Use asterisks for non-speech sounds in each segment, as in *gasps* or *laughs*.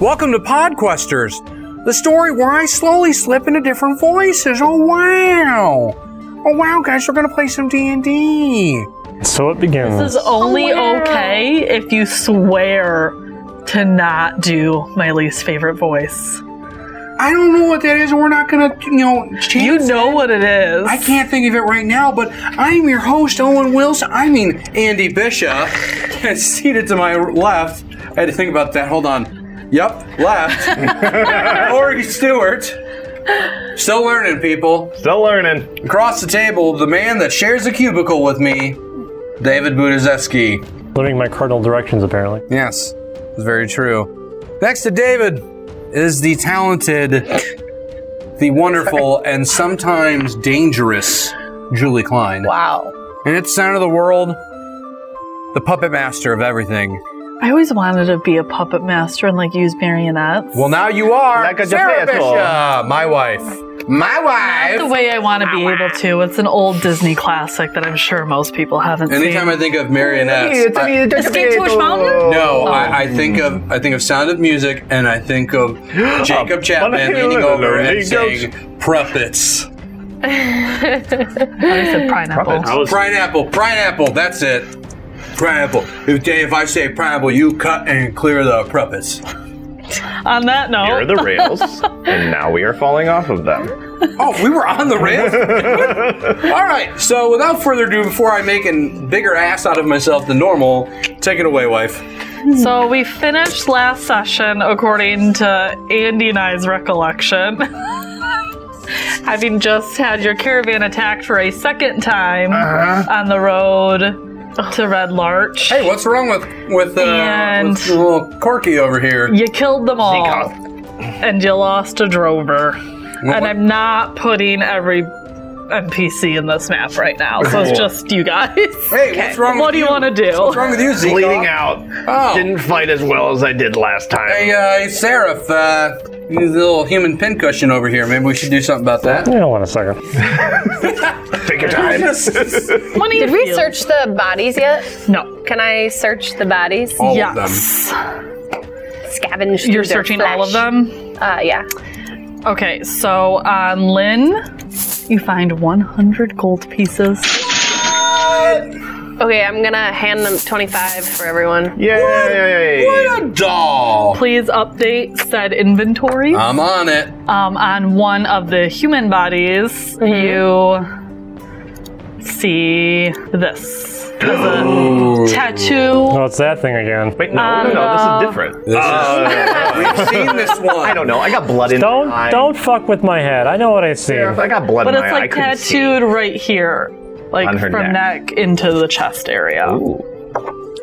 Welcome to Podquesters, the story where I slowly slip into different voices. Oh wow! Oh wow, guys, we're gonna play some D and D. So it begins. This is only okay if you swear to not do my least favorite voice. I don't know what that is. We're not gonna, you know, chance You know what it is. I can't think of it right now, but I'm your host, Owen Wilson. I mean, Andy Bishop. *laughs* And seated to my left, I had to think about that. Hold on. Yep, left. *laughs* Corey Stewart. Still learning, people. Still learning. Across the table, the man that shares a cubicle with me, David Budazeski. Living my cardinal directions, apparently. Yes, it's very true. Next to David is the talented, the wonderful, and sometimes dangerous Julie Klein. Wow. And it's Sound of the World, the puppet master of everything. I always wanted to be a puppet master and like use marionettes. Well, now you are Like a Sarah Geppetto. Bishop, my wife. My Not the wife! way I want to be able to. It's an old Disney classic that I'm sure most people haven't Anytime seen. I think of marionettes, I- Escape to Witch Mountain? no, Oh. I, I think of I think of Sound of Music, and I think *gasps* of Jacob Chapman leaning over and saying, "Puppets, I *laughs* said pineapple. I was pineapple, pineapple." That's it, pineapple. If Dave, if I say pineapple, you cut and clear the puppets. On that Here are note, the rails, and now we are falling off of them. Oh, we were on the *laughs* rails. All right. So, without further ado, before I make a bigger ass out of myself than normal, take it away, wife. so we finished last session according to Andy and I's recollection. *laughs* Having just had your caravan attacked for a second time on the road to Red Larch. Uh-huh. Hey, what's wrong with with, uh, And- with little Corky over here? You killed them all. Off. and you lost a drover. what- And I'm not putting every NPC in this map right now, so it's just you guys. Hey, what's wrong? what with do you want to What's wrong do? with you, Zeke? Bleeding out. Oh. Didn't fight as well as I did last time. Hey, uh, hey, Seraph. Uh, you need a little human pincushion over here. Maybe we should do something about that. Hang on a second. Take your time. Money Did we search the bodies yet? No. Can I search the bodies? All of them. Yes. Scavenge. through You're their searching all of flesh. them? Uh, yeah. Okay, so on Lynn, you find 100 gold pieces. Okay, I'm gonna hand them 25 for everyone. Yay! What a doll! Please update said inventory. Uh. I'm on *laughs* it. um, on one of the human bodies, Mm-hmm. you see this. There's a tattoo. Oh, it's that thing again. Wait, no, no, Uh, no, this is different. This Uh, is, we've seen this one. I don't know. I got blood in Don't my eye. don't fuck with my head. I know what I see. I got blood But in it's my eye. I like couldn't see. tattooed right here. Like On her from neck. into the chest area. Ooh,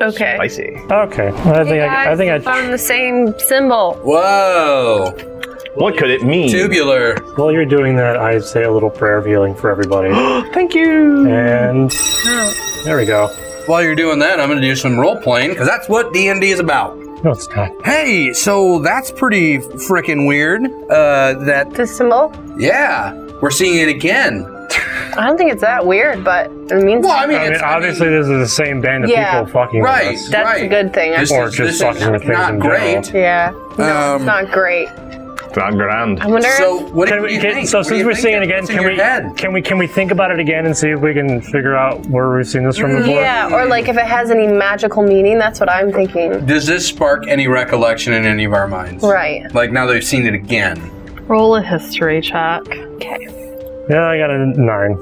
Okay. I see. Okay. I think I, I think I. found the same symbol. *laughs* Whoa! What could it mean? *gasps* Tubular. While you're doing that, I say a little prayer of healing for everybody. Thank you. And there we go. While you're doing that, I'm going to do some role playing because that's what D and D is about. No, it's not. Hey, so that's pretty freaking weird. Uh, that The symbol? yeah, we're seeing it again. I don't think it's that weird, but it means Well, I mean, I mean, it's, obviously, this is the same band of Yeah. people fucking with right? us. that's right. a good thing. This Or is, just this is fucking with things not in great. yeah. Um, No, it's not great. It's not grand. I wonder. So what Can do we, you can, think? so What do since you we're think? seeing it again, What's in can your we head? can we can we think about it again and see if we can figure out where we've seen this from before? yeah, or like if it has any magical meaning, that's what I'm thinking. Does this spark any recollection in any of our minds? Right. Like now that we've seen it again. Roll a history check. Yeah, I got a nine.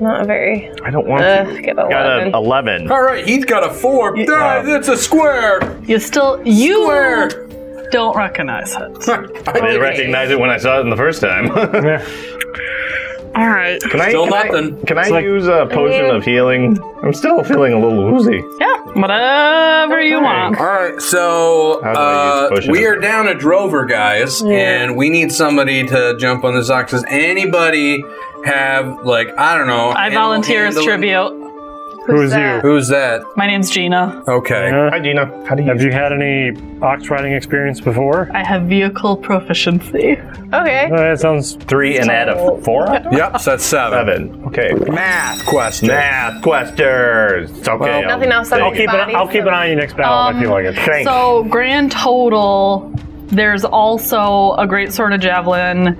Not very. I don't want Ugh, to. get Got an 11. 11. All right, he's got a four. Ah, That's a square. You still you Square. *laughs* don't recognize it. I didn't recognize it when I saw it in the first time. *laughs* can Yeah. Alright. I, Still can I- nothing. can I like- use a potion of healing? I'm still feeling a little woozy. Yeah. Whatever you want. All right, so How do I use uh, potion? we are down a drover, guys, and we need somebody to jump on this ox. Does anybody have like I don't know? I animal volunteer as handling? tribute. Who's that? you? Who's that? My name's Gina. Okay. Hi, Gina. How do Have you had any ox riding experience before? I have vehicle proficiency. Okay. Uh, that sounds. Three and add a four? Yep, so that's seven. Seven. Okay. Math question. Math questers. It's okay. Well, Nothing else. I'll Um, Keep an, I'll keep an eye on you next battle if you like it. Thanks. So grand total There's also a great sword of javelin,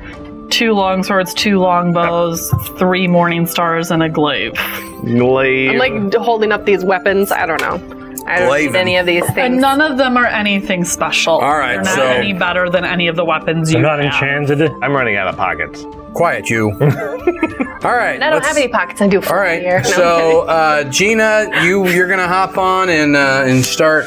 two long swords, two long bows, three morning stars, and a glaive. Glaive. I'm like holding up these weapons. I don't know. I don't Glaven. need any of these And things. none of them are anything special. All right, They're not so- any better than any of the weapons you I'm not have. enchanted. I'm running out of pockets. Quiet, *laughs* you. All right. I don't have any pockets. I do. All right. So, uh, Gina, you you're gonna hop on and uh, and start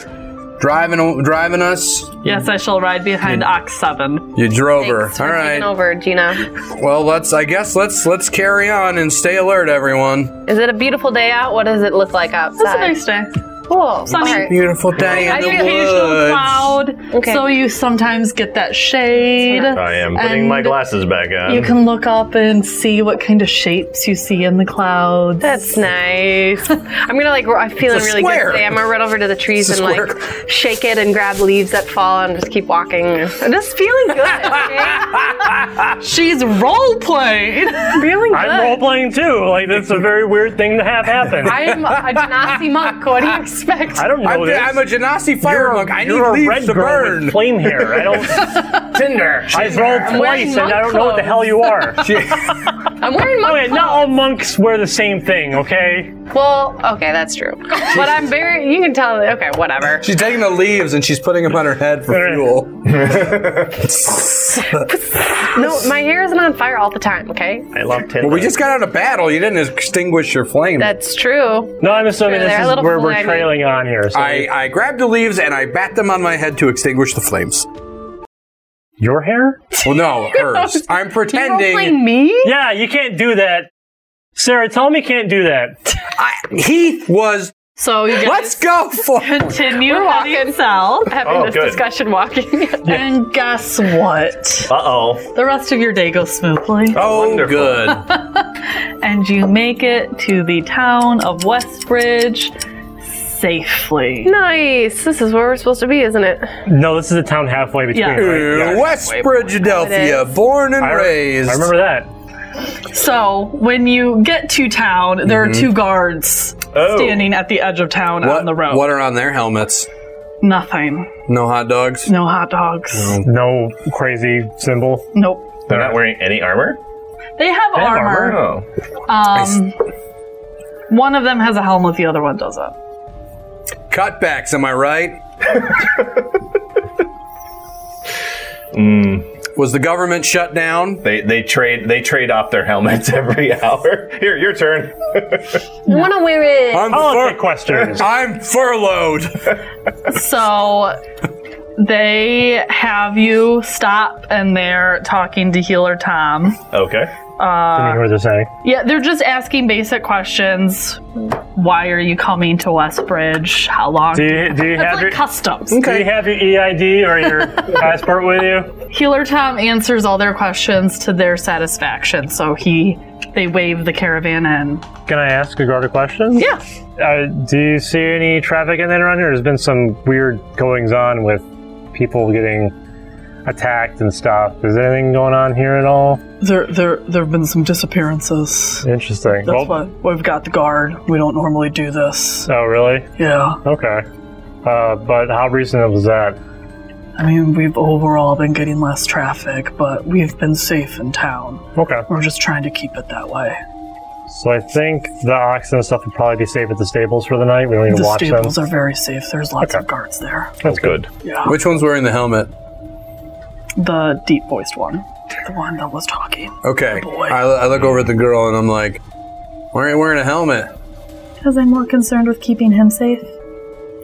driving driving us. Yes, I shall ride behind Ox 7. You drove Thanks her. for All taking right. over, Gina. Well, let's. I guess let's let's carry on and stay alert, everyone. Is it a beautiful day out? What does it look like It's a outside? nice day. Cool. Sunny. All right. Beautiful day in I the see occasional woods. cloud, Okay. so you sometimes get that shade. I am putting my And glasses back on. You can look up and see what kind of shapes you see in the clouds. That's nice. *laughs* I'm gonna like. I'm feeling It's a really square. good today. I'm gonna run over to the trees It's a and like shake it and grab leaves that fall and just keep walking. I'm just feeling good. Okay? She's role playing. *laughs* feeling good. I'm role playing too. Like that's a very weird thing to have happen. I, I'm a *laughs* Genasi monk. What do you expect? don't know I'm, this. I'm a Genasi fire You're a- monk. I need you're a leaves red to girl burn. with flame hair. I don't. *laughs* Tinder. I rolled wearing twice and I monk don't know what the hell you are. *laughs* I'm wearing monk. Wait, not all monks wear the same thing, okay? Well, okay, that's true. But I'm very. You can tell. Okay, whatever. She's taking the leaves and she's putting them on her head for right. fuel. No, my hair isn't on fire all the time. Okay, I love Tinder. We just got out of battle. You didn't extinguish your flame. that's true. No, I'm Sure, assuming this they're a is little where we're flabby. trailing on here. So I, I grabbed the leaves and I bat them on my head to extinguish the flames. your hair? Well, no, hers. I'm pretending. me? Yeah, you can't do that. Sarah, tell him you can't do that. I, he was. So you guys Let's go for. continue We're walking. walking *laughs* south, Having Oh, this good. discussion walking. *laughs* and guess what? Uh oh. The rest of your day goes smoothly, Oh, Wonderful. good. and you make it to the town of Westbridge safely. nice. This is where we're supposed to be, isn't it? No, this is a town halfway between. Yeah. right? Uh, *laughs* West Bridgedelphia, born and I, re- raised. I remember that. So when you get to town, there are two guards Oh. standing at the edge of town what, on the road. what are on their helmets? Nothing. No hot dogs. No hot dogs. No crazy symbol. Nope. They're not wearing any armor? They have armor. Oh. Um, one of them has a helmet, the other one doesn't. Cutbacks, am I right? Was the government shut down? They they trade they trade off their helmets *laughs* every hour. Here, your turn. I want to wear it. I'm, Politics fur- Oh, questions. I'm furloughed. So they have you stop and they're talking to healer Tom. Okay. I hear what they're saying. Yeah, they're just asking basic questions. Why are you coming to Westbridge? How long? Do you, do you That's have like your customs. do you have your EID or *laughs* your passport with you? Healer Tom answers all their questions to their satisfaction. So he, they wave the caravan in. Can I ask a guard a question? Yeah. Uh, do you see any traffic in and around here? There's been some weird goings on with people getting attacked and stuff. Is there anything going on here at all? There, there, there have been some disappearances. Interesting. That's Well- why we've got the guard. We don't normally do this. Oh, really? Yeah, Okay. Uh, but how recent was that? I mean, we've overall been getting less traffic, but we've been safe in town. Okay. We're just trying to keep it that way. So I think the oxen and stuff would probably be safe at the stables for the night. We don't need to The watch them. stables are very safe. There's lots of guards there. That's good. Which one's wearing the helmet? The deep-voiced one, the one that was talking. Okay. boy. I, I look over at the girl and I'm like, why are you wearing a helmet? Because I'm more concerned with keeping him safe.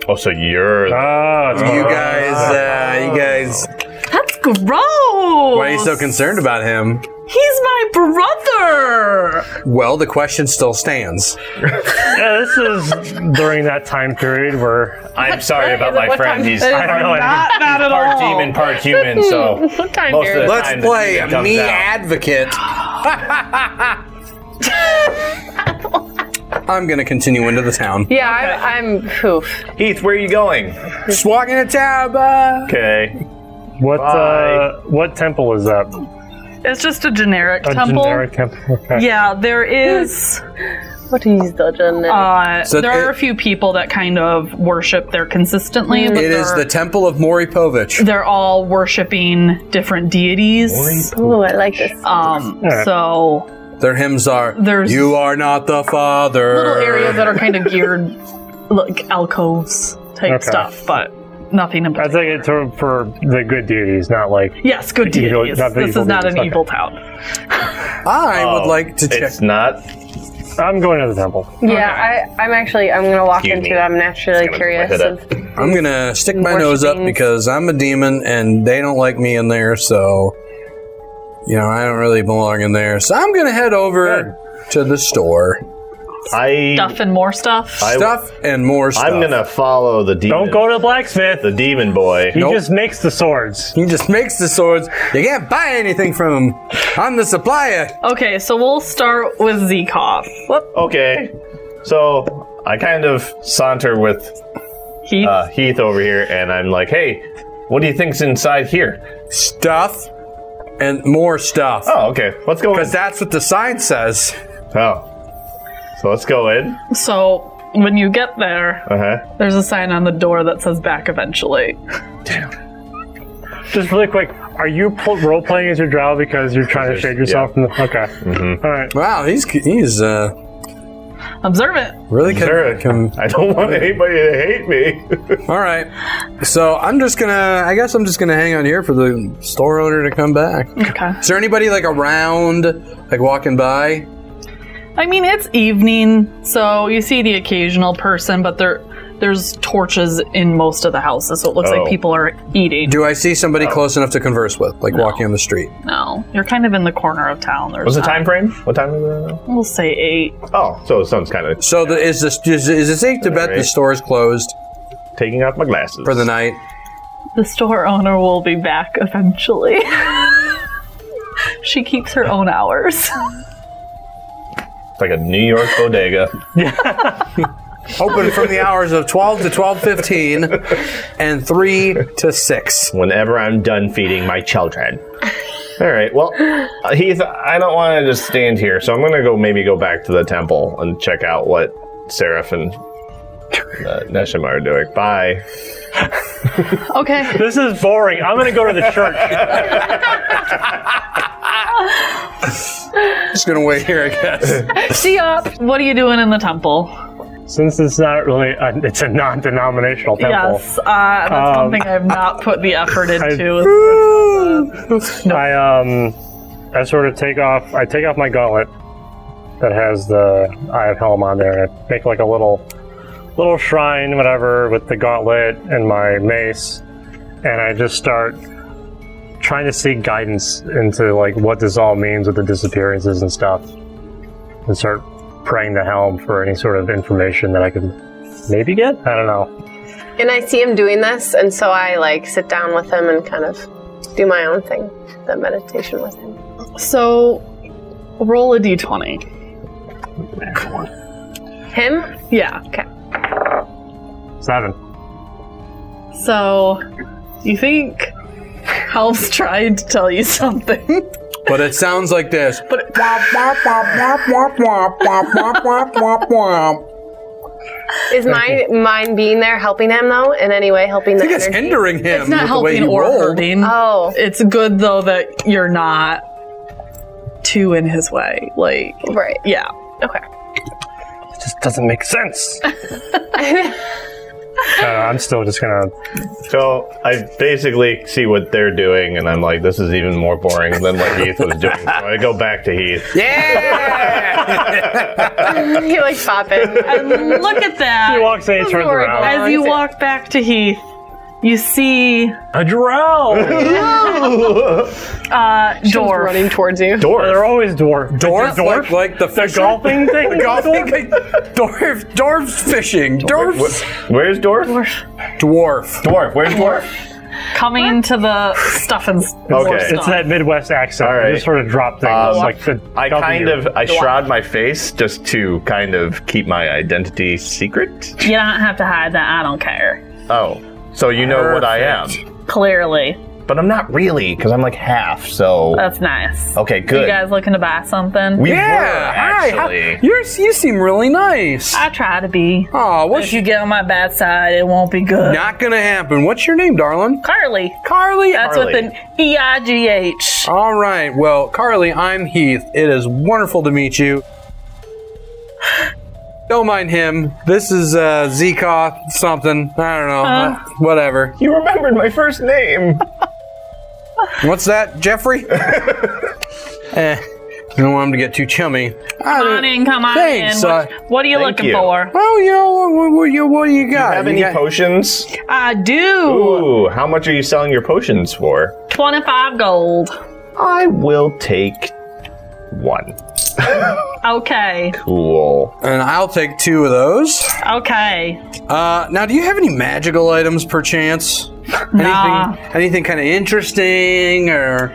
Oh, so you're Oh, it's Uh-huh. You guys, uh, you guys, That's gross. why are you so concerned about him? He's my brother. Well, the question still stands. yeah, this is during that time period where I'm sorry about my friend. He's I don't know. Not that at part all. demon, part human, so What time Most of period? the- Let's time the play demon comes me out. advocate. I'm gonna continue into the town. Yeah, I'm, I'm poof. Heath, where are you going? Just walking into town, uh, bye. Okay. what Bye. uh, what temple is that? It's just a generic A temple. generic temple. Okay. Yeah, there is What is the jinn? Uh, So there it- Mm. are a few people that kind of worship there consistently. But It is they're- the Temple of Moripovich. they're all worshiping different deities. Ooh, I like this. uh, Um, Yeah. so Their hymns are There's- You are not the father. little areas that are kind of geared, like alcoves type Okay. stuff, but nothing in I particular. think it's for, for the good deities, not like Yes, good Evil- deities. not the This evil is not deities, an okay. evil town. I would like to check. Oh, It's not. I'm going to the temple. Yeah, I, I'm actually I'm gonna walk Excuse into me. it. I'm naturally Gonna curious. hit Of, it. I'm gonna stick my nose up Worshipping. because I'm a demon and they don't like me in there, so you know I don't really belong in there. So I'm gonna head over to the store, I. Stuff and more stuff. I- stuff and more stuff. I'm gonna follow the demon. Don't go to the blacksmith. the demon boy. he Nope. just makes the swords. He just makes the swords. You can't buy anything from him. I'm the supplier. okay, so we'll start with Zekov. Okay. So I kind of saunter with He uh, Heath over here, and I'm like, "Hey, what do you think's inside here?" Stuff and more stuff. Oh, okay. Let's go in. Because that's what the sign says. oh, so let's go in. so. When you get there, Uh huh. there's a sign on the door that says back eventually. Just really quick, are you pl- role playing as your drow because you're trying to shade yourself from the. Okay. All right. Wow, he's he's uh, Observant. really con- Sure. con- I don't *laughs* want anybody to hate me. All right. So I'm just gonna. I guess I'm just gonna hang on here for the store owner to come back. Okay. Is there anybody like around, like walking by? I mean, it's evening, so you see the occasional person, but there there's torches in most of the houses, so it looks Oh. like people are eating. Do I see somebody close enough to converse with, like walking on the street? no, you're kind of in the corner of town. There's What's the not- time frame? What time is it? now? We'll say eight. Oh, so the sun's kind of So the, is this is, is it safe to bet the right. store is closed taking off my glasses for the night? The store owner will be back eventually. *laughs* she keeps her own hours. *laughs* It's like a New York bodega. Open from the hours of 12 to 12:15 and 3 to 6. Whenever I'm done feeding my children. All right. Well, uh, Heath, I don't want to just stand here, so I'm going to go maybe go back to the temple and check out what Seraph and uh, Neshima are doing. Bye. Okay. This is boring. I'm going to go to the church. Just going to wait here, I guess. See up. What are you doing in the temple? Since it's not really. A, it's a non denominational temple. Yes, uh, that's Um, one thing I've not put the effort into. I um, I sort of take off. I take off my gauntlet that has the Eye of Helm on there, and I make like a little, little shrine, whatever, with the gauntlet and my mace, and I just start trying to seek guidance into like what this all means with the disappearances and stuff, and start praying the helm for any sort of information that I could maybe get. I don't know. *laughs* And I see him doing this, and so I like sit down with him and kind of do my own thing, the meditation with him. So, roll a d20. Him? Yeah. Seven. So, you think Half's *laughs* trying to tell you something? But it sounds like this. But- Is my mind being there helping him though in any way? Helping the It's energy? hindering him. It's not with the way helping he or rolled. hurting. Oh, It's good though that you're not too in his way. Like, right. *laughs* yeah. It just doesn't make sense. I don't know, I'm still just gonna So I basically see what they're doing, and I'm like, this is even more boring than what Heath was doing. So I go back to Heath. Yeah! he like popping. Look at that. He walks in, he turns around. As you walk back to Heath, you see A drow! uh, door. running towards you. *laughs* They're always dwarf. Dwarf? dwarf? Like, like the, the fishing- *laughs* golfing thing? The *laughs* golfing thing? Dwarf, dwarf's fishing. Dwarf's. Where's Dwarf? Dwarf. Dwarf. Where's Dwarf? Coming to the stuff and s- more Okay. It's stuff. that Midwest accent. All All right. right. just sort of drop things. Um, like the I W. kind of I shroud my face just to kind of keep my identity secret. you don't have to hide that. I don't care. Oh, so you know what I am? Clearly. but I'm not really because I'm like half. So That's nice. okay, good. You guys looking to buy something? we were hi, how- actually. you're, you seem really nice. I try to be. Aw, what's If you get on my bad side, it won't be good. not gonna happen? What's your name, darling? Carly. Carly. That's Carly. with an E I G H. All right. Well, Carly, I'm Heath. It is wonderful to meet you. Don't mind him. This is uh, Zekoth something. I don't know. Uh, whatever. you remembered my first *laughs* name. What's that, Jeffrey? eh. You don't want him to get too chummy. I Come don't- on in, come on Thanks, in. uh, What, what are you thank looking you. for? Well, Oh, you know, what, what, what, you, what do you got? Have You any got- potions? I do. Ooh, how much are you selling your potions for? 25 gold. I will take one. Okay. Cool. and I'll take two of those. Okay. Uh, now, do you have any magical items, perchance? Nah. Anything, anything kind of interesting, or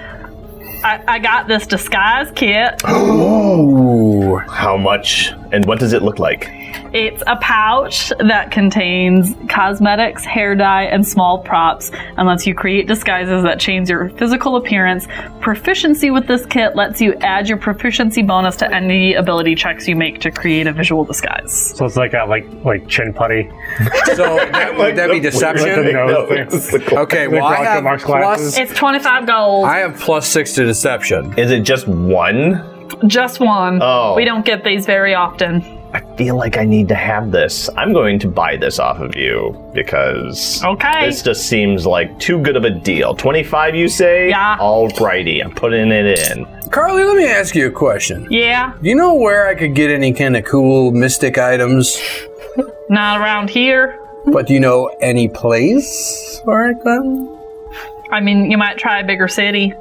I, I got this disguise kit. ooh, How much and what does it look like? It's a pouch that contains cosmetics, hair dye, and small props and lets you create disguises that change your physical appearance. Proficiency with this kit lets you add your proficiency bonus to any ability checks you make to create a visual disguise. So it's like got like like chin putty. so *laughs* that, would that be the deception? nose thing. Okay, well, I Groucho have Marx plus, glasses. It's 25 gold, I have plus six to deception. Is it just one? just one. Oh. We don't get these very often. I feel like I need to have this. I'm going to buy this off of you because Okay. this just seems like too good of a deal. 25 you say? Yeah. Alrighty, I'm putting it in. Carly, let me ask you a question. Yeah, Do you know where I could get any kind of cool mystic items? not around here. But do you know any place where I can? I mean, you might try a bigger city.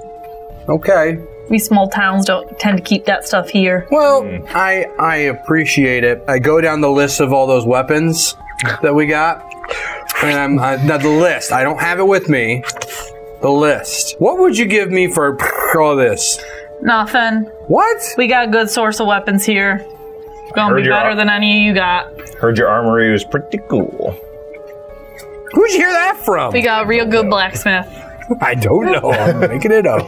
Okay. We small towns don't tend to keep that stuff here. Well, I I appreciate it. I go down the list of all those weapons that we got, and I'm I, now the list. I don't have it with me. The list. What would you give me for *laughs* all this? Nothing. What? We got a good source of weapons here. Gonna Heard be you're better up. than any you got. Heard your armory was pretty cool. Who'd you hear that from? We got a real good blacksmith. I don't know. I'm making it *laughs* up.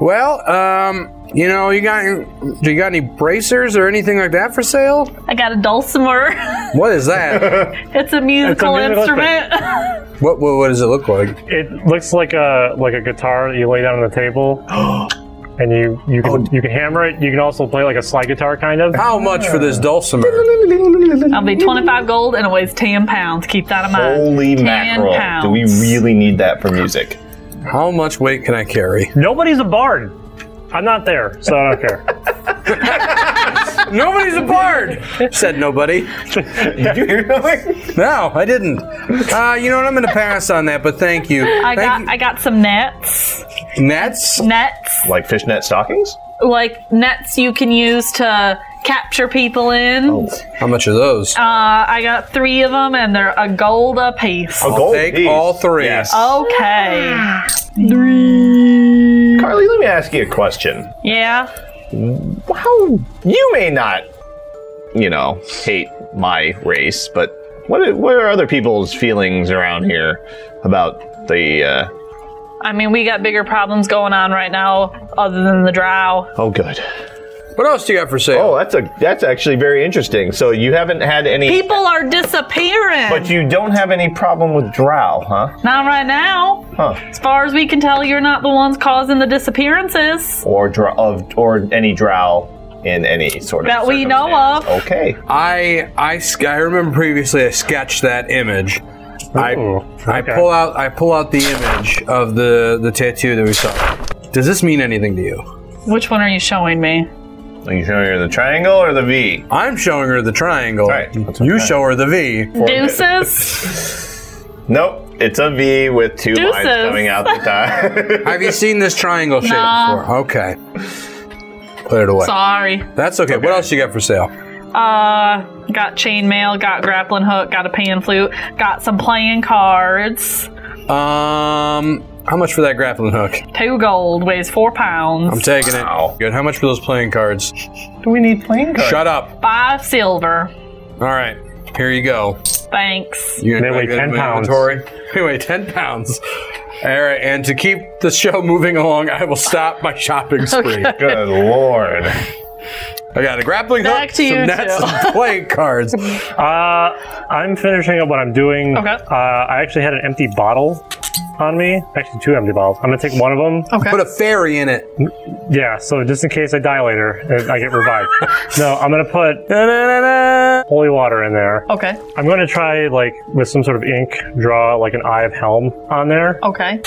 Well, um, you know, you got do you got any bracers or anything like that for sale? I got a dulcimer. *laughs* What is that? it's a musical musical instrument. *laughs* what, what what does it look like? It looks like a like a guitar that you lay down on the table. And you you can you can hammer it. You can also play like a slide guitar, kind of. How much for this dulcimer? *laughs* I'll be 25 gold and it weighs 10 pounds. Keep that in mind. Holy 10 mackerel. pounds. Do we really need that for music? How much weight can I carry? Nobody's a bard. I'm not there, so I don't care. Nobody's a bard, *laughs* said nobody. Did you hear nothing? No, I didn't. Uh, you know what? I'm going to pass on that, but thank you. I got thank I got some nets. you. Nets? Nets. Like fishnet stockings? Like nets you can use to capture people in. Oh. How much are those? Uh, I got three of them and they're a gold a piece. A gold take piece. all three. Yes. Okay. Carly, let me ask you a question. Yeah. How you may not, you know, hate my race, but what are, what are other people's feelings around here about the? Uh, I mean, we got bigger problems going on right now other than the drow. oh, good. What else do you got for sale? Oh, that's a that's actually very interesting. So you haven't had any, People are disappearing. but you don't have any problem with Drow, huh? not right now. Huh? As far as we can tell, you're not the ones causing the disappearances. Or Drow of or any Drow in any sort of That we know circumstance. of. Okay. I, I, sk- I remember previously I sketched that image. I, Ooh, I okay. pull out I pull out the image of the, the tattoo that we saw. Does this mean anything to you? Which one are you showing me? Are you showing her the triangle or the V? I'm showing her the triangle. Right. You show her the V. *laughs* Deuces? Nope. It's a V with two lines Deuces. coming out the *laughs* top. *laughs* Have you seen this triangle shape Nah. before? Okay. Put it away. Sorry. That's okay. What else you got for sale? Uh, got chainmail, got grappling hook, got a pan flute, got some playing cards. Um, how much for that grappling hook? Two gold, weighs four I'm pounds. taking Wow. it. Good. How much for those playing cards? Do we need playing cards? Shut up. Five silver. All right. Here you go. Thanks. You *laughs* They weigh 10 pounds. Anyway, ten pounds. All right, and to keep the show moving along, I will stop my *laughs* shopping spree. Good lord. I got a grappling Back hook, to some you nets, two. and playing *laughs* cards. Uh, I'm finishing up what I'm doing. Okay. Uh, I actually had an empty bottle on me. Actually, two empty bottles. I'm gonna take one of them. Okay. Put a fairy in it. Yeah. So just in case I die later, uh, I get revived. no, I'm gonna put Da-da-da-da. holy water in there. okay. I'm gonna try like with some sort of ink, draw like an eye of helm on there, Okay.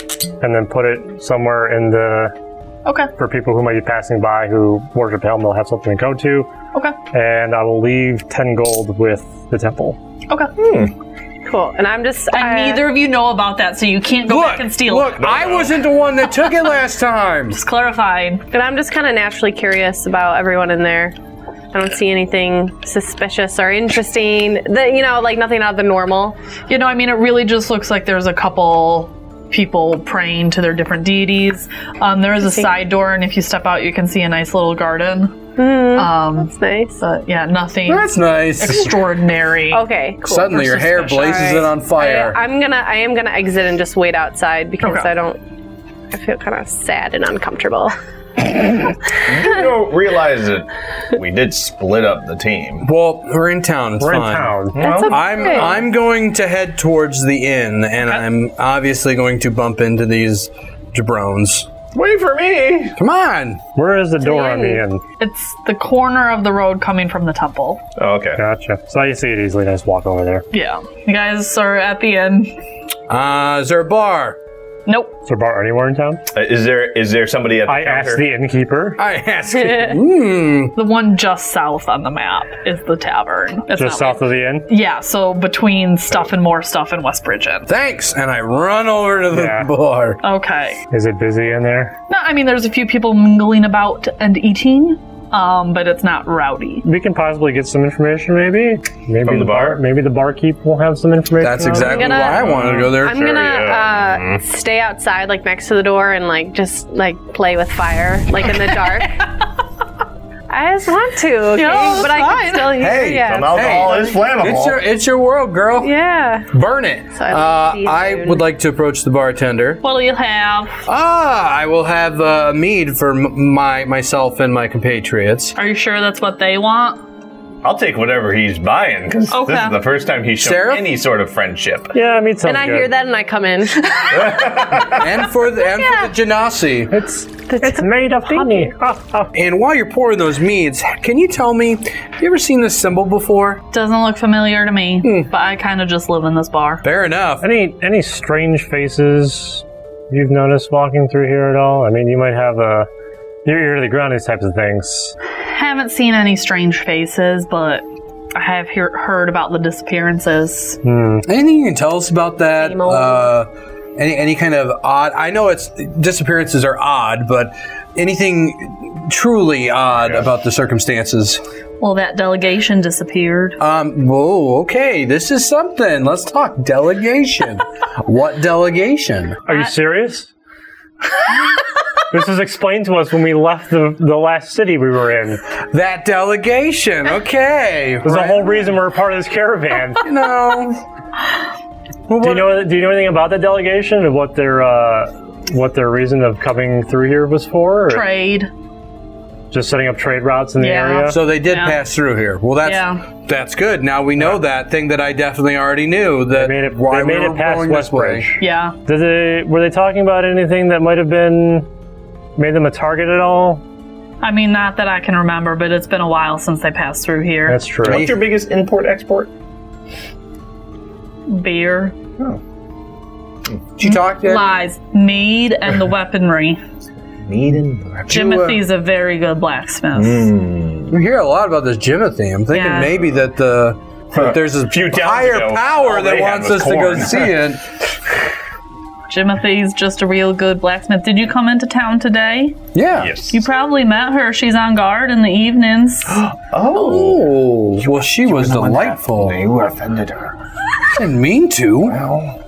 and then put it somewhere in the Okay. for people who might be passing by who worship helm. They'll have something to go to, Okay. and I will leave ten gold with the temple. Okay. *laughs* Cool. And I'm just. And I- neither of you know about that, so you can't go back and steal. look, it. I wasn't the one that took it last *laughs* time. Just clarifying. But I'm just kind of naturally curious about everyone in there. I don't see anything suspicious or interesting. The, you know, like nothing out of the normal. You know, I mean, it really just looks like there's a couple people praying to their different deities. Um, there is a side door, and if you step out, you can see a nice little garden. Um, It's nice. but yeah, nothing That's nice. *laughs* extraordinary. Okay. Cool. Suddenly your hair suspicious. blazes it on fire. I, am gonna. I am gonna exit and just wait outside because Okay. I don't. I feel kind of sad and uncomfortable. You don't realize that we did split up the team. well, we're in town. It's We're fine. in town. That's okay. I'm I'm going to head towards the inn, and I'm obviously going to bump into these jabrones. Wait for me. Come on, Where is the door on the inn? It's the corner of the road coming from the temple. Oh, okay. Gotcha. So you see it easily. and I just walk over there. Yeah. You guys are at the end. uh, is there a bar? Nope. Is there a bar anywhere in town? Uh, Is there is there somebody at the I counter? asked the innkeeper. I *laughs* ask. *laughs* Hmm. The one just south on the map is the tavern. It's Just not- south of the inn. Yeah, so between Stuff and More Stuff and West Bridgeton. Thanks, and I run over to the Yeah. bar. Okay. Is it busy in there? No, I mean, there's a few people mingling about and eating, um, but it's not rowdy. We can possibly get some information, maybe. Maybe From the bar? Maybe the barkeep will have some information. That's on it. exactly gonna- why I wanted to go there. I'm gonna uh, stay outside, like next to the door, and like just like play with fire, like in the dark. I just want to, okay? that's but I fine. can still hear Hey, ya. Some alcohol Hey, is flammable. it's your it's your world, girl. Yeah. Burn it. I uh, like these I dudes. would like to approach the bartender. What do you have? Ah, I will have uh, mead for m- my myself and my *laughs* compatriots. Are you sure that's what they want? I'll take whatever he's buying because Okay. this is the first time he's shown Sarah? any sort of friendship. Yeah, me too. And I hear that, and I come in. *laughs* and for the and for the genasi. It's it's made of honey. Ah, ah. And while you're pouring those meads, can you tell me, have you ever seen this symbol before? Doesn't look familiar to me, but I kind of just live in this bar. Fair enough. Any any strange faces you've noticed walking through here at all? I mean, you might have a your ear to the ground, these types of things. Haven't seen any strange faces, but I have hear heard about the disappearances. Anything you can tell us about that? Uh, any any kind of odd? I know it's disappearances are odd, but anything truly odd about the circumstances? Well, that delegation disappeared. Um, whoa, okay, this is something. Let's talk *laughs* delegation. what delegation? Are you *laughs* serious? this was explained to us when we left the, the last city we were in. That delegation. Okay. There's a whole reason we're a part of *laughs* this caravan. no. do you know Do you know anything about the delegation and what their uh, what their reason of coming through here was for? Or Trade. Just setting up trade routes in the Yeah. area. So they did Yeah. pass through here. Well, that's Yeah. that's good. Now we know that thing that I definitely already knew that they made it. why They made we it were past going this way. Westbridge. Yeah. Did they? Were they talking about anything that might have been made them a target at all? I mean, not that I can remember, but it's been a while since they passed through here. That's true. What's your biggest import export? Beer, Did you talk to lies, mead, and the weaponry. Meat and Timothy's a very good blacksmith. We hear a lot about this Jimothy. I'm thinking Yeah. maybe that the that there's a Few towns higher ago, power all that they had wants was us to go corn. see *laughs* it. Timothy's just a real good blacksmith. Did you come into town today? Yeah. Yes. You probably met her. She's on guard in the evenings. oh. Oh, well, she was delightful. You offended her. I didn't mean to. Well,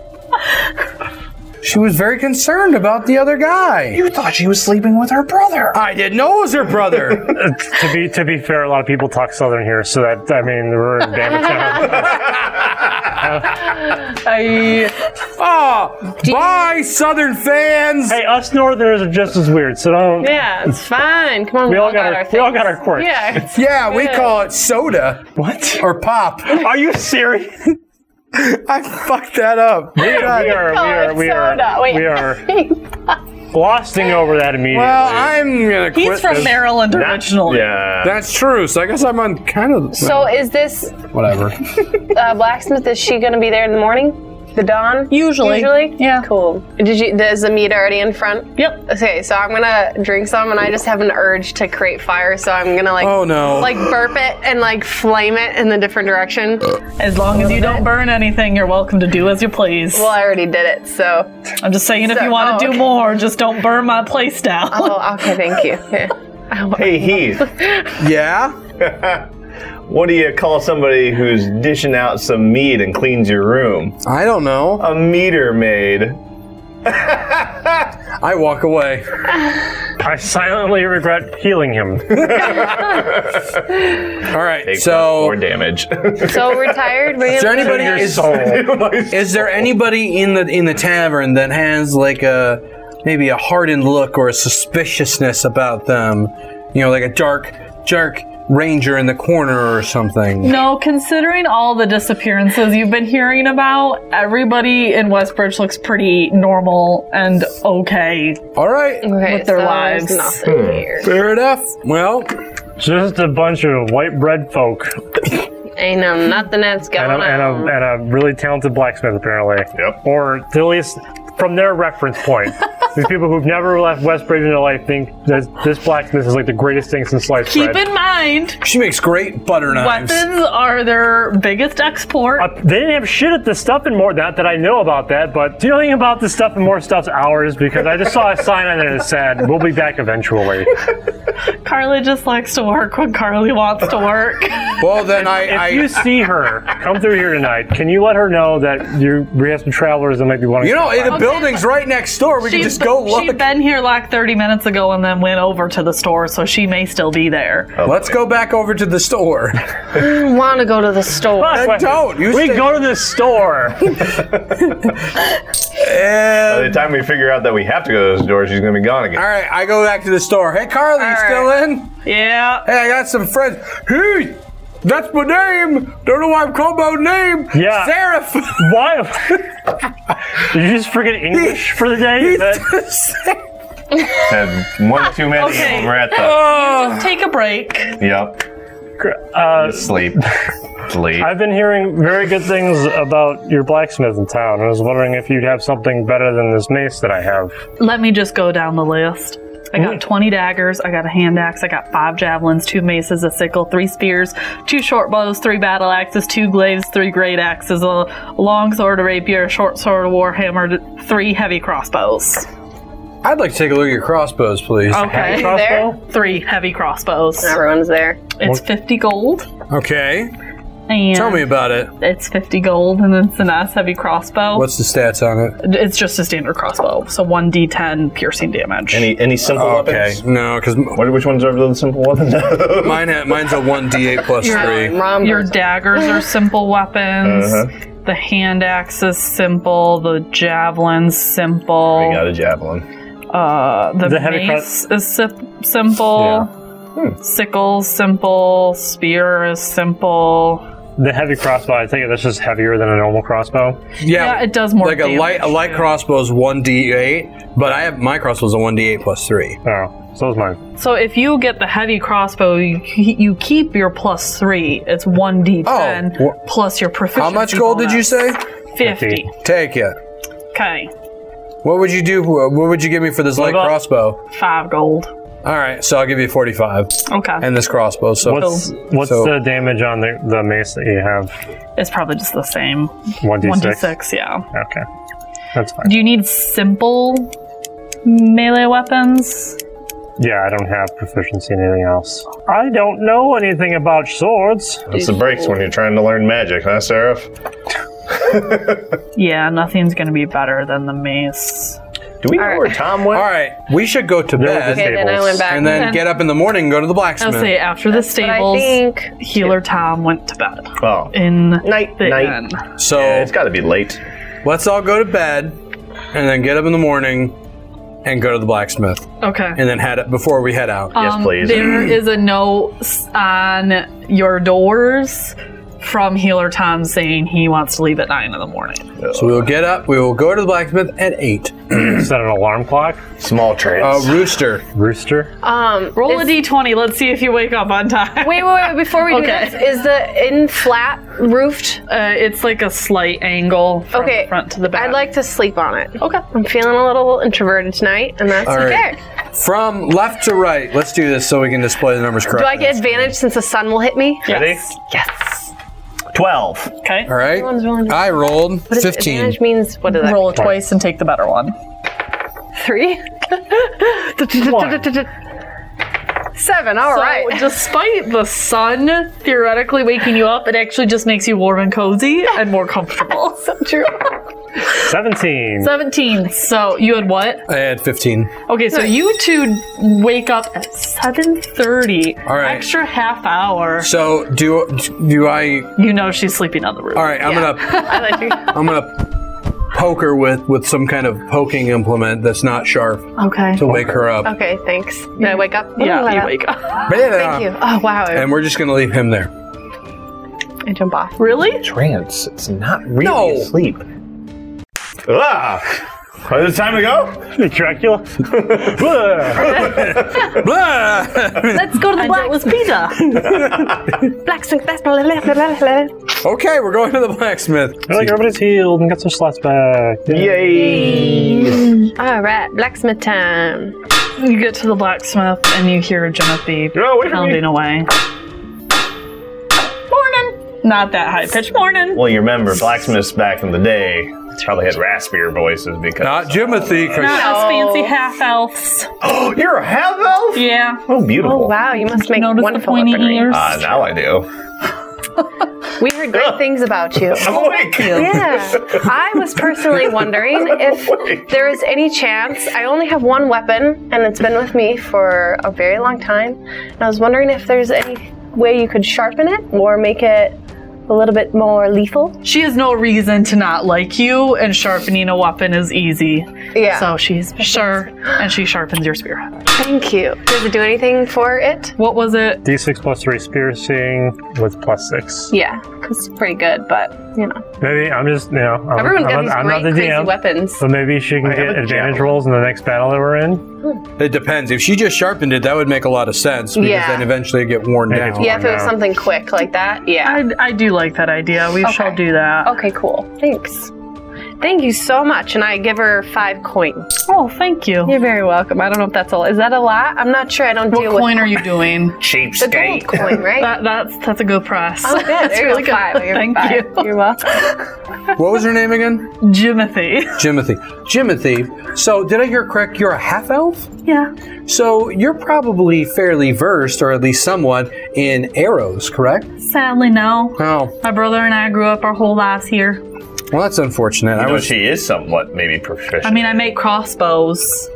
She was very concerned about the other guy. you thought she was sleeping with her brother. I didn't know it was her *laughs* brother. to *laughs* be to be fair, a lot of people talk Southern here, so that I mean we're in Damertown. I, Ah, bye, Southern fans. Hey, us Northerners are just as weird, so don't. Yeah, it's fine. Come on, We all got our, we all got our quirks. *laughs* Yeah, it's Yeah, we call it soda. What? Or *laughs* pop. Are you serious? I fucked that up. we are. We are. We are. We are glossing over that immediately. Well, I'm gonna quit. he's from this. Maryland originally. Yeah. That's true. So I guess I'm on kind of. So is this whatever. uh, blacksmith? Is she gonna be there in the morning? The dawn? Usually. Usually. Yeah. Cool. Did you? Is the meat already in front? Yep. Okay, so I'm gonna drink some, and I just have an urge to create fire, so I'm gonna like. Oh no. Like burp it and like flame it in the different direction. As long as you don't burn anything, you're welcome to do as you please. Well, I already did it, so. I'm just saying, if So- you want to do oh, okay. more, just don't burn my place down. Oh, okay, thank you. *laughs* Yeah. Hey, Heath. *laughs* yeah. What do you call somebody who's dishing out some meat and cleans your room? I don't know. A meter maid. I walk away. I silently regret healing him. All right. Takes so more damage. *laughs* So retired, bring Is there it anybody Your is, soul. *laughs* is there anybody in the in the tavern that has like a maybe a hardened look or a suspiciousness about them? You know, like a dark dark ranger in the corner or something. No, considering all the disappearances you've been hearing about, everybody in Westbridge looks pretty normal and okay. All right. okay, with their so lives. There's nothing here. Fair enough. Well, Just a bunch of white bread folk Ain't no nothing that's going and a, and, on. a, and a really talented blacksmith, apparently. Yep. Or at least from their reference point. These people who've never left Westbridge in their life think that this blacksmith is like the greatest thing since sliced Keep bread. in mind, she makes great butter knives. weapons are their biggest export. Uh, they didn't have shit at this stuff and more. Not that I know about that, but do you know anything about this stuff and more stuff's ours? Because I just saw a sign on there that said, "We'll be back eventually." Carly just likes to work when Carly wants to work. *laughs* Well, then I, If I you see her come through here tonight, can you let her know that you we have some travelers that might be wanting? you know, to the building's right next door. We can just go She'd look. been here like 30 minutes ago and then went over to the store, so she may still be there. Let's go back over to the store. I want to go to the store. Fuck, I don't. You we stay- go to the store. By And the time we figure out that we have to go to those doors, she's gonna be gone again. all right, I go back to the store. Hey, Carly, you still in? Yeah. Hey, I got some friends. Hey, that's my name. Don't know why I'm called my name. Yeah. Seraph. Why? *laughs* Did you just forget English for the day? Is that- Had one too many Okay. over at the. Ah. Take a break. Yep. uh, Sleep. *laughs* Sleep. I've been hearing very good things about your blacksmith in town. I was wondering if you'd have something better than this mace that I have. Let me just go down the list. I got 20 daggers, I got a hand axe, I got five javelins, two maces, a sickle, three spears, two short bows, three battle axes, two glaives, three great axes, a long sword, a rapier, a short sword, a warhammer, three heavy crossbows. *laughs* I'd like to take a look at your crossbows, please. Um, Okay. Crossbow? Three heavy crossbows. Everyone's there. It's 50 gold. Okay. And Tell me about it. It's 50 gold, and it's a nice heavy crossbow. What's the stats on it? It's just a standard crossbow, so 1d10 piercing damage. any any simple weapons? No, because Oh, What, which one's over the simple *laughs* weapon? mine ha- mine's a 1d8 plus 3. Um, Rom Your *laughs* daggers are simple weapons. Uh-huh. The hand axe is simple. The javelin's I got simple. a javelin. Uh, the, The heavy mace is sim- simple. Hmm. Sickle's simple. Spear is simple. The heavy crossbow, I think that's just heavier than a normal crossbow. Yeah, it does more Like a light, a damage, light yeah. crossbow is 1d8, but I have my crossbow's a 1d8 plus 3. Oh, so is mine. So if you get the heavy crossbow, you, you keep your plus three. It's one d10 Oh, wh- plus your proficiency. How much gold did you bonus. say? Fifty. Take it. Okay, What would you do? What would you give me for this light about- crossbow? five gold. All right, so I'll give you 45 Okay, and this crossbow. So What's what's Oh. So- the damage on the, the mace that you have? it's probably just the same. One d One d six. six. Yeah. Okay, that's fine. Do you need simple melee weapons? Yeah, I don't have proficiency in anything else. I don't know anything about swords. That's the breaks when you're trying to learn magic, huh, Seraph? Yeah, nothing's gonna be better than the mace. Do we know Alright. where Tom went? All right, we should go to They're at bed the Okay, then I stables. went back. and then Okay. get up in the morning and go to the I'll blacksmith. say after the but I stables, think healer Tom went to bed Oh, in night, the night. inn. so Yeah, it's got to be late. let's all go to bed and then get up in the morning and go to the blacksmith Okay. Um, and then head before we head Oh. out. Yes, please. There is a note s- on your doors from Healer Tom saying he wants to leave at nine in the morning. So we will get up. We will go to the blacksmith at eight. Set an alarm clock. Small trains. Uh, rooster. Rooster. um Roll is- a d20. Let's see if you wake up on time. Wait, wait, wait. Before we do Okay. this, is the inn flat roofed? Uh, it's like a slight angle from Okay, the front to the back. I'd like to sleep on it. Okay. I'm feeling a little introverted tonight, and that's All right. okay. From left to right. Let's do this so we can display the numbers Do correctly. I get advantage since the sun will hit me? Ready? Yes. Twelve. Okay. All right. Everyone's willing to- I rolled What is fifteen. Advantage means what is that? Roll it twice and take the better one. three. One. Seven. All So, right. *laughs* despite the sun theoretically waking you up, it actually just makes you warm and cozy and more *laughs* comfortable. so true. Seventeen. 17. So, you had what? I had fifteen. Okay, so you two wake up at 7.30. All right. Extra half hour. So do do I? You know she's sleeping on the roof. All right. I'm *laughs* gonna I'm gonna poke her with with some kind of poking implement that's not sharp Okay. to wake her up. okay. Thanks. Did I wake up? yeah, you wake up. Thank you. Oh wow. I, And we're just gonna leave him there. I jump off. Really? Trance. It's not really No. sleep. *laughs* Ah. Is it time to go? Dracula. Blah. Blah! Let's go to the black. was pizza. *laughs* Blacksmith. Blah, blah, blah, blah, blah. *laughs* okay, we're going to the blacksmith. I like everybody's healed and got some slots back. Yay! All right. Blacksmith time. you get to the blacksmith and you hear Genevieve You're away from pounding me. away. Morning. Not that high pitched. Morning. Well, you remember blacksmiths back in the day probably had raspier voices because. Not Jimothy, Chris. Not us fancy half elves. Oh, *gasps* you're a half elf. Yeah. Oh, beautiful. Oh wow. You must make Notice the wonderful pointy weaponry. ears. Uh, now I do. We heard great things about you. I'm awake. Yeah. I was personally wondering if there is any chance. I only have one weapon, and it's been with me for a very long time. And I was wondering if there's any way you could sharpen it or make it a little bit more lethal. She has no reason to not like you, and sharpening a weapon is easy. Yeah. So she's sure, and she sharpens your spear. Thank you. Does it do anything for it? What was it? D6 plus three is piercing with plus six. Yeah, it's pretty good, but you know, Maybe I'm just you know I'm, everyone's I'm, got these I'm great not the crazy DM, weapons. but maybe she can I have get a advantage javelin. rolls in the next battle that we're in. It depends. If she just sharpened it, that would make a lot of sense because Yeah. then eventually it'd get worn Yeah. down. Yeah, if it was now. something quick like that. Yeah. I, I do like that idea. We shall do that. Okay, cool. Thanks. Thank you so much, and I give her five coins. Oh, thank you. You're very welcome. I don't know if that's a lot. Is that a lot? I'm not sure. I don't What deal with coin are you doing? the gold Cheapskate. *laughs* coin, right? That, that's that's a good price. oh, good. There you go. Five. You're Thank five. you. You're welcome. What was her name again? *laughs* Jimothy. Jimothy. Jimothy. So did I hear correct? You're a half elf. Yeah. So you're probably fairly versed, or at least somewhat, in arrows, correct? Sadly, no. Oh, My brother and I grew up our whole lives here. well, that's unfortunate. I I was. she is somewhat maybe proficient. I mean, I make crossbows,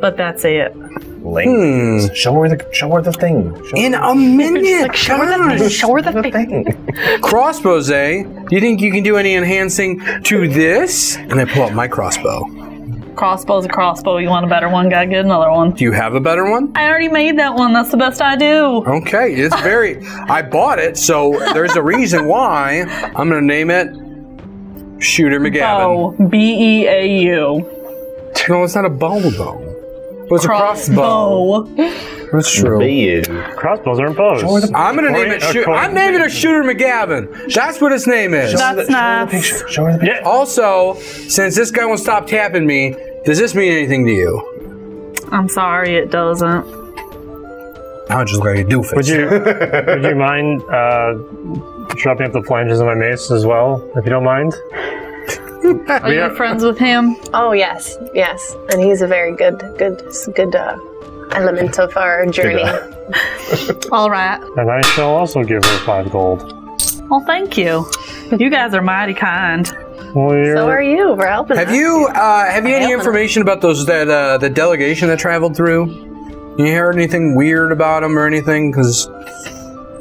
but that's it. Link. Hmm. Show her the show her the thing. Show In a minute, gosh. Show her the *laughs* thing. crossbows, eh? Do you think you can do any enhancing to this? And I pull out my crossbow. Crossbow's a crossbow. You want a better one? Gotta get another one. Do you have a better one? I already made that one. That's the best I do. Okay, it's very. I bought it, so there's a reason why. I'm gonna name it Shooter McGavin. Bow. B E A U. No, it's not a bow though. It was a crossbow. That's true. Be Crossbows are imposed. I'm gonna name it. Or Shoo- Conan. I'm naming it Shooter McGavin. That's what his name is. That's nice. Show her the picture. Also, since this guy won't stop tapping me, does this mean anything to you? I'm sorry, it doesn't. I'm just like a doofus. Would you would you mind uh, dropping up the flanges of my mace as well, if you don't mind? Are you friends with him? Oh yes, yes, and he's a very good, good, good uh, element of our journey. All right. And I shall also give her five gold. Well, thank you. You guys are mighty kind. Well, you're- So are you? We're helping. Have us. you uh, have you any information about those that uh, the delegation that traveled through? You heard anything weird about them or anything? Because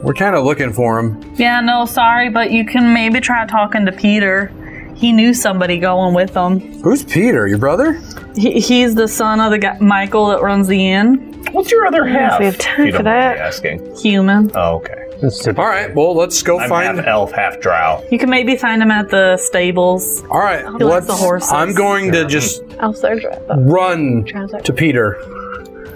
we're kind of looking for them. Yeah, no, sorry, but you can maybe try talking to Peter. He knew somebody going with him. Who's Peter? Your brother? He, he's the son of the guy, Michael that runs the inn. What's your other half? we have time you don't for mind that. me asking. Human. Oh, okay. it's typical. All right. Well, let's go I'm find. half elf, half drow. You can maybe find him at the stables. All right. likes Let's. the horses. I'm going to just I'll search it up. run Translate. to Peter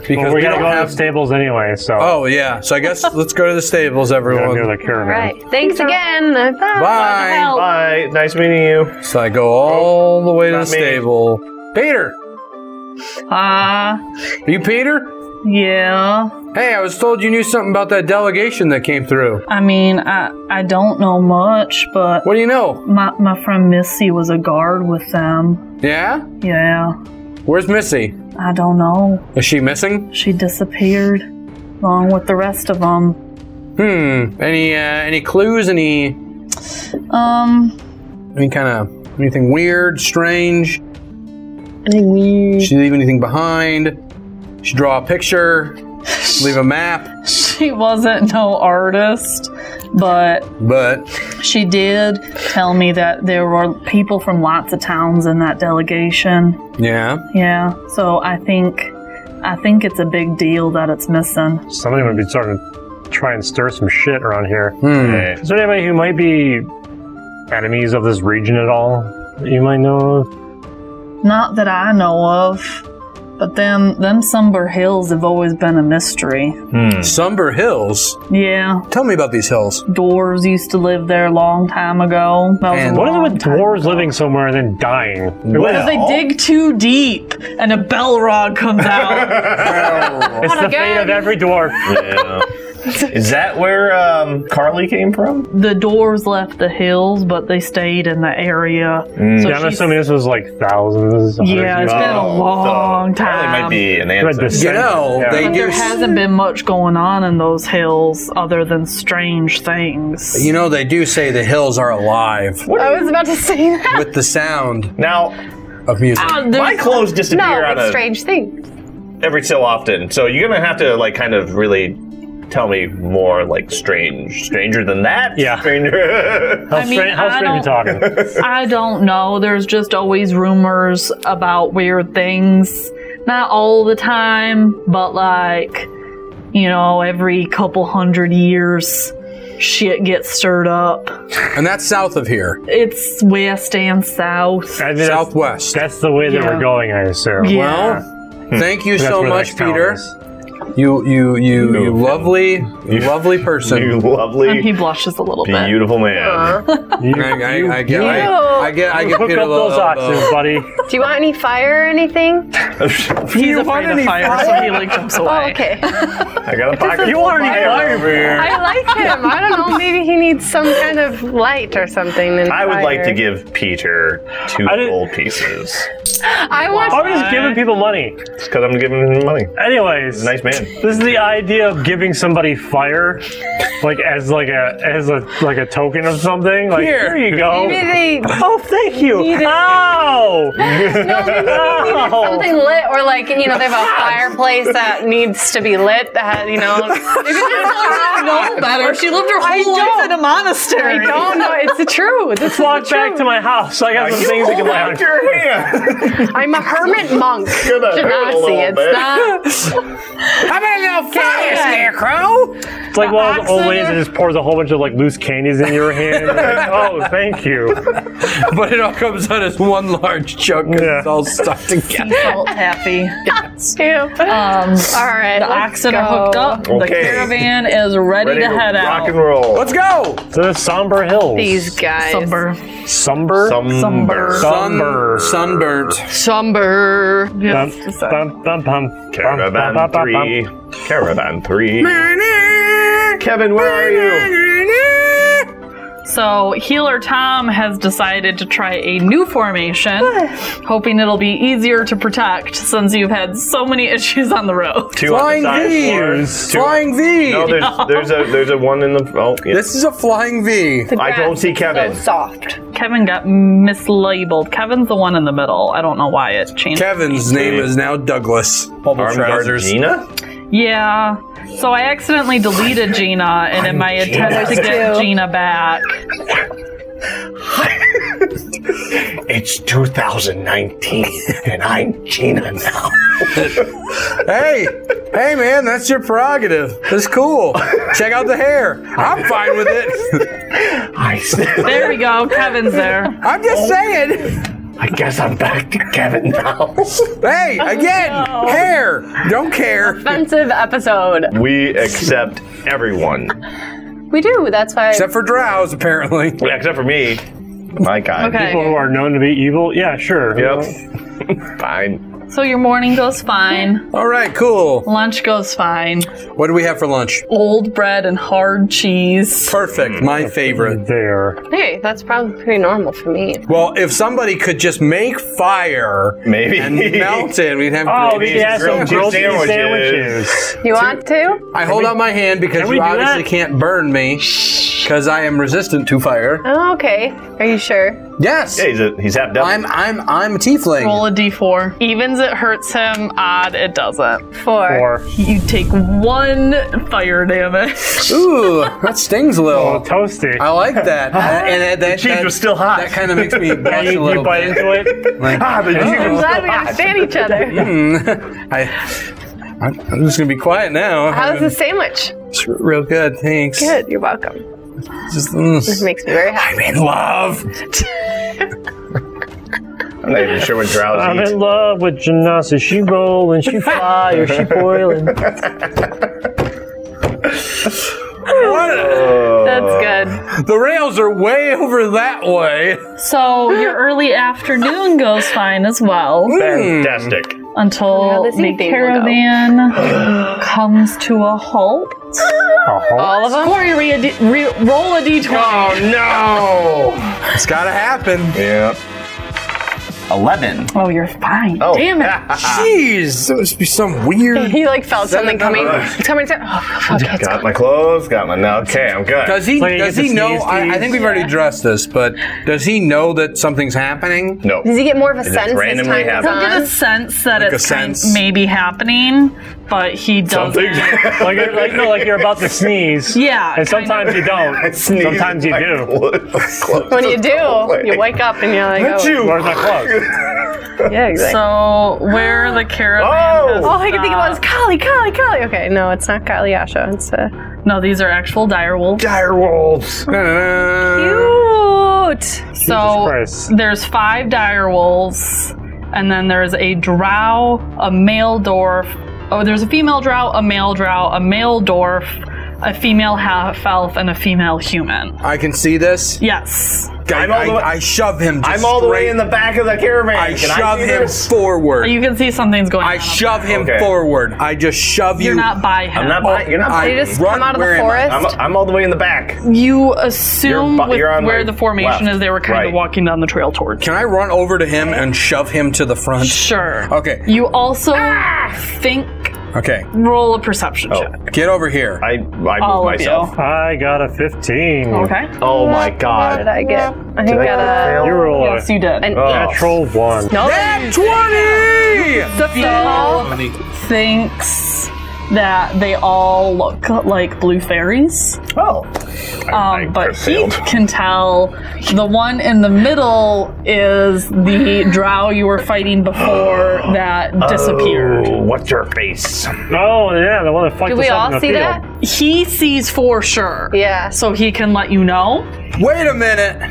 because Well, we, we gotta don't go to have. the stables anyway, so oh yeah. So I guess let's go to the stables, gotta everyone. go to the caravan. Right. Thanks again. Bye. Bye. Nice meeting you. So I go all the way to the Not me. stable. Peter, Ah, are you Peter? yeah. Hey, I was told you knew something about that delegation that came through. I mean, I I don't know much, but What do you know? my my friend Missy was a guard with them. Yeah? Yeah, Where's Missy? I don't know. Is she missing? She disappeared along with the rest of them. Hmm. Any uh, any clues? Any Um, *laughs* any kind of anything weird, strange? Anything weird? She leave anything behind? She draw a picture? leave a map? she wasn't no artist, but But she did tell me that there were people from lots of towns in that delegation. yeah. Yeah, so I think I think it's a big deal that it's missing. Somebody would be starting to try and stir some shit around here. Hmm. Hey. Is there anybody who might be enemies of this region at all that you might know of? Not that I know of. But them them somber hills have always been a mystery. Hmm. Somber Hills. Yeah. Tell me about these hills. Dwarves used to live there a long time ago. That was a And- What is it long with time dwarves living somewhere and then dying? Because they dig too deep and a Belrog comes out. it's the fate of every *laughs* dwarf. Yeah. Is that where um, Carly came from? the dwarves left the hills, but they stayed in the area. Yeah, So I'm she's- assuming this was like thousands. Yeah, it's been a Oh, long so Carly time. might be an Read answer. this. You know, Yeah. they But do. there hasn't been much going on in those hills other than strange things. You know, they do say the hills are alive I was about to say that. with the sound Now, of music. my clothes disappear No, out it's of strange thing. every so often, so you're gonna have to like kind of really tell me more like strange, stranger than that. Yeah. stranger. *laughs* How, I mean, strange, how I strange you talking? I don't know. There's just always rumors about weird things. Not all the time, but like, you know, every couple hundred years, shit gets stirred up. And that's south of here, It's west and south. I mean, that's, southwest. that's the way that Yeah. we're going, I assume. Yeah. Well, thank you That's so where the much, next town Peter. is. You, you, you, you No. lovely, you lovely person. you And he lovely, blushes a little bit. beautiful man. You, I, I, you- I get, you I, I get, I get hook Peter uh, up a little those oxes, elbow. buddy. Do you want any fire or anything? He's afraid of fire, so he like jumps away. Oh, okay. *laughs* I got a *laughs* pocket. You want any fire fire? over here? *laughs* I like him. I don't know. Maybe he needs some kind of light or something. And I would like to fire. give Peter two I didn't- gold pieces I want. Oh. I'm just giving people money. because I'm giving him money. Anyways, *laughs* Nice man. this is the idea of giving somebody fire, like as like a as a like a token of something. Like here, you go. Maybe *laughs* they Oh, thank you. Ow! no, maybe they needed Oh. something lit, or like you know, they have a fireplace that needs to be lit. That *laughs* you know, maybe there's No better. She lived her whole life in a monastery. I don't know. It's the truth. This is Walk back to my house. I got some things to Hold get out *laughs* out. your hand. I'm a hermit monk. You're gonna Should hurt not a see little it. bit. It's not. I'm a little fire scarecrow. It's like one of those old ladies that just pours a whole bunch of like loose candies in your hand. Like, oh, thank you. But it all comes out as one large chunk. and Yeah. It's all stuck together. Felt *laughs* happy. Ew. Um, All right. the let's oxen go. are hooked up. The Okay. caravan is ready, Ready to to head rock out. and roll. Let's go. The somber hills. These guys. Somber. somber. Somber. Sun, sunburnt. Somber. Bum, bum, bum, bum, bum, bum, bum, Caravan bum, bum. three. Caravan three. Kevin, where are you? So, Healer Tom has decided to try a new formation, hoping it'll be easier to protect since you've had so many *laughs* issues on the road. Two Flying on the side V! floors, two- Flying V! No, there's there's a there's a one in the oh yeah. This is a flying V. I don't see Kevin. soft. Kevin got mislabeled. Kevin's the one in the middle. I don't know why it changed. Kevin's name is now Douglas. Bubble Armgard Gina? yeah. So I accidentally *laughs* deleted Gina, and in my attempt to get Gina back, It's 2019, and I'm Gina now. *laughs* Hey, hey, man, that's your prerogative. That's cool. Check out the hair. I'm fine with it. I, s- there we go. Kevin's *laughs* there. I'm just saying. Oh. I guess I'm back to Kevin now. *laughs* Hey, Oh, again, hair. Don't care. Offensive episode. We accept everyone. We do. That's why. Except for drows, apparently. Yeah, except for me. My God. People who Okay. are known to be evil, yeah, sure. Yep. Fine. So your morning goes fine. All right, cool. Lunch goes fine. What do we have for lunch? Old bread and hard cheese. Hmm. Perfect. My favorite. There. Hey, that's probably pretty normal for me. Well, if somebody could just make fire Maybe. and melt it, we'd have. *laughs* Oh, gravy. we these can have some grilled cheese sandwiches. You want to? I hold out my hand because we you do obviously that? can't burn me because I am resistant to fire. Oh, okay. Are you sure? Yes. Yeah, he's a, he's half devil. I'm I'm I'm a tiefling. Roll a d4. Evens it hurts him. Odd it doesn't. Four. Or You take one fire damage. Ooh, that stings a little. oh, toasty. I like *laughs* that. and that, that, cheese that- was still hot. That kind of makes me blush a you, little you bite bit. into it. *laughs* *laughs* ah, the I'm cheese. glad we understand each other. hmm, I, I'm I'm just gonna be quiet now. How's the sandwich? It's real good, thanks. Good. You're welcome. Just, mm. This makes me very happy. *laughs* I'm in love. I'm not even sure what I'm drows eat. in love with Janasa. She roll and she fly or she boiling. What? Oh, That's good. The rails are way over that way. So your early afternoon goes fine as well Fantastic. until this the evening will go. caravan comes to a halt. Uh-huh. All of them? Corey, re- d- re- roll a d20. No. It's gotta happen. Yeah. Eleven. Oh, you're fine. Oh. Damn it. Jeez, that must be some weird. He like felt something coming. Ugh. Coming to. Oh, fuck it. *laughs* Got my clothes. Got my. No, okay, I'm *laughs* good. Does he? Like, Does it's he a know? sneeze, I, I think we've already addressed this, but does he know that something's happening? no. *laughs* Does he get more of a just sense as randomly time goes happened. He'll get on? a sense that Like a it's kind- sense. maybe happening, but he doesn't. Something. Like, you're, like, no, like you're about to sneeze. *laughs* Yeah, And kind of. sometimes you *laughs* don't. Sometimes you do. When you do, you wake up and you're like, oh, Where's my clothes? yeah, exactly. So where the caravan? *gasps* Oh! has All I can think about is stopped- Kali, Kali, Kali. Okay, no, it's not Kali Asha. It's uh, no. These are actual dire wolves. dire wolves. Da-da-da. cute. So Christ. there's five dire wolves, and then there's a drow, a male dwarf. Oh, there's a female drow, a male drow, a male dwarf, a female half elf, and a female human. I can see this. Yes. I, all I- the way- I shove him. Just I'm all the way straight- in the back of the caravan. I Can shove see him this? forward. You can see something's going on. I shove him Okay. forward. I just shove you. You're not by him. I'm not. By, you're not. I by- You just run come out of where the am I? forest. I'm, I'm all the way in the back. You assume You're bu- with you're on where my the formation left. is, they were kind Right. of walking down the trail towards. Can I run over to him and shove him to the front? Sure. Okay. You also Ah! think Okay. roll a perception Oh, check. Get over here. I I moved All of myself. *laughs* I got a 15. Okay. Oh my What did God. I get? I Did think I I get a got E. fail? You roll Yes, you did. a. Oh. natural one. No, Nat 20! Theo thinks that they all look like blue fairies, Oh. I- I um, but he failed. can tell the one in the middle is the drow you were fighting before *gasps* that disappeared. Oh, what's your face? Oh, yeah, the one that fucked Do us we up in the all see field. that? He sees for sure. Yeah. So he can let you know. Wait a minute.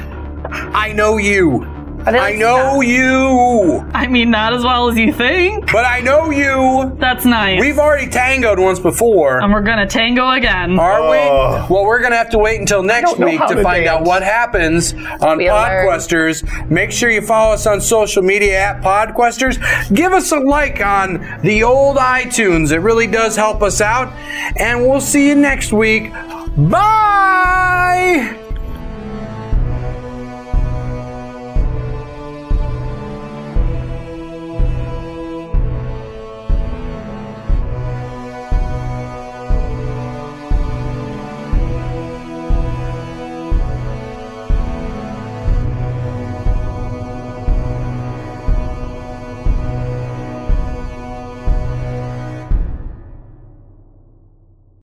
I know you. Are they I like know you. I mean, not as well as you think. But I know you. That's nice. We've already tangoed once before. and we're gonna tango again. Are we? Oh. Well, we're going to have to wait until next know week how to to find out dance. what happens on We learn. Podquesters. Make sure you follow us on social media at Podquesters. Give us a like on the old iTunes. It really does help us out. And we'll see you next week. Bye!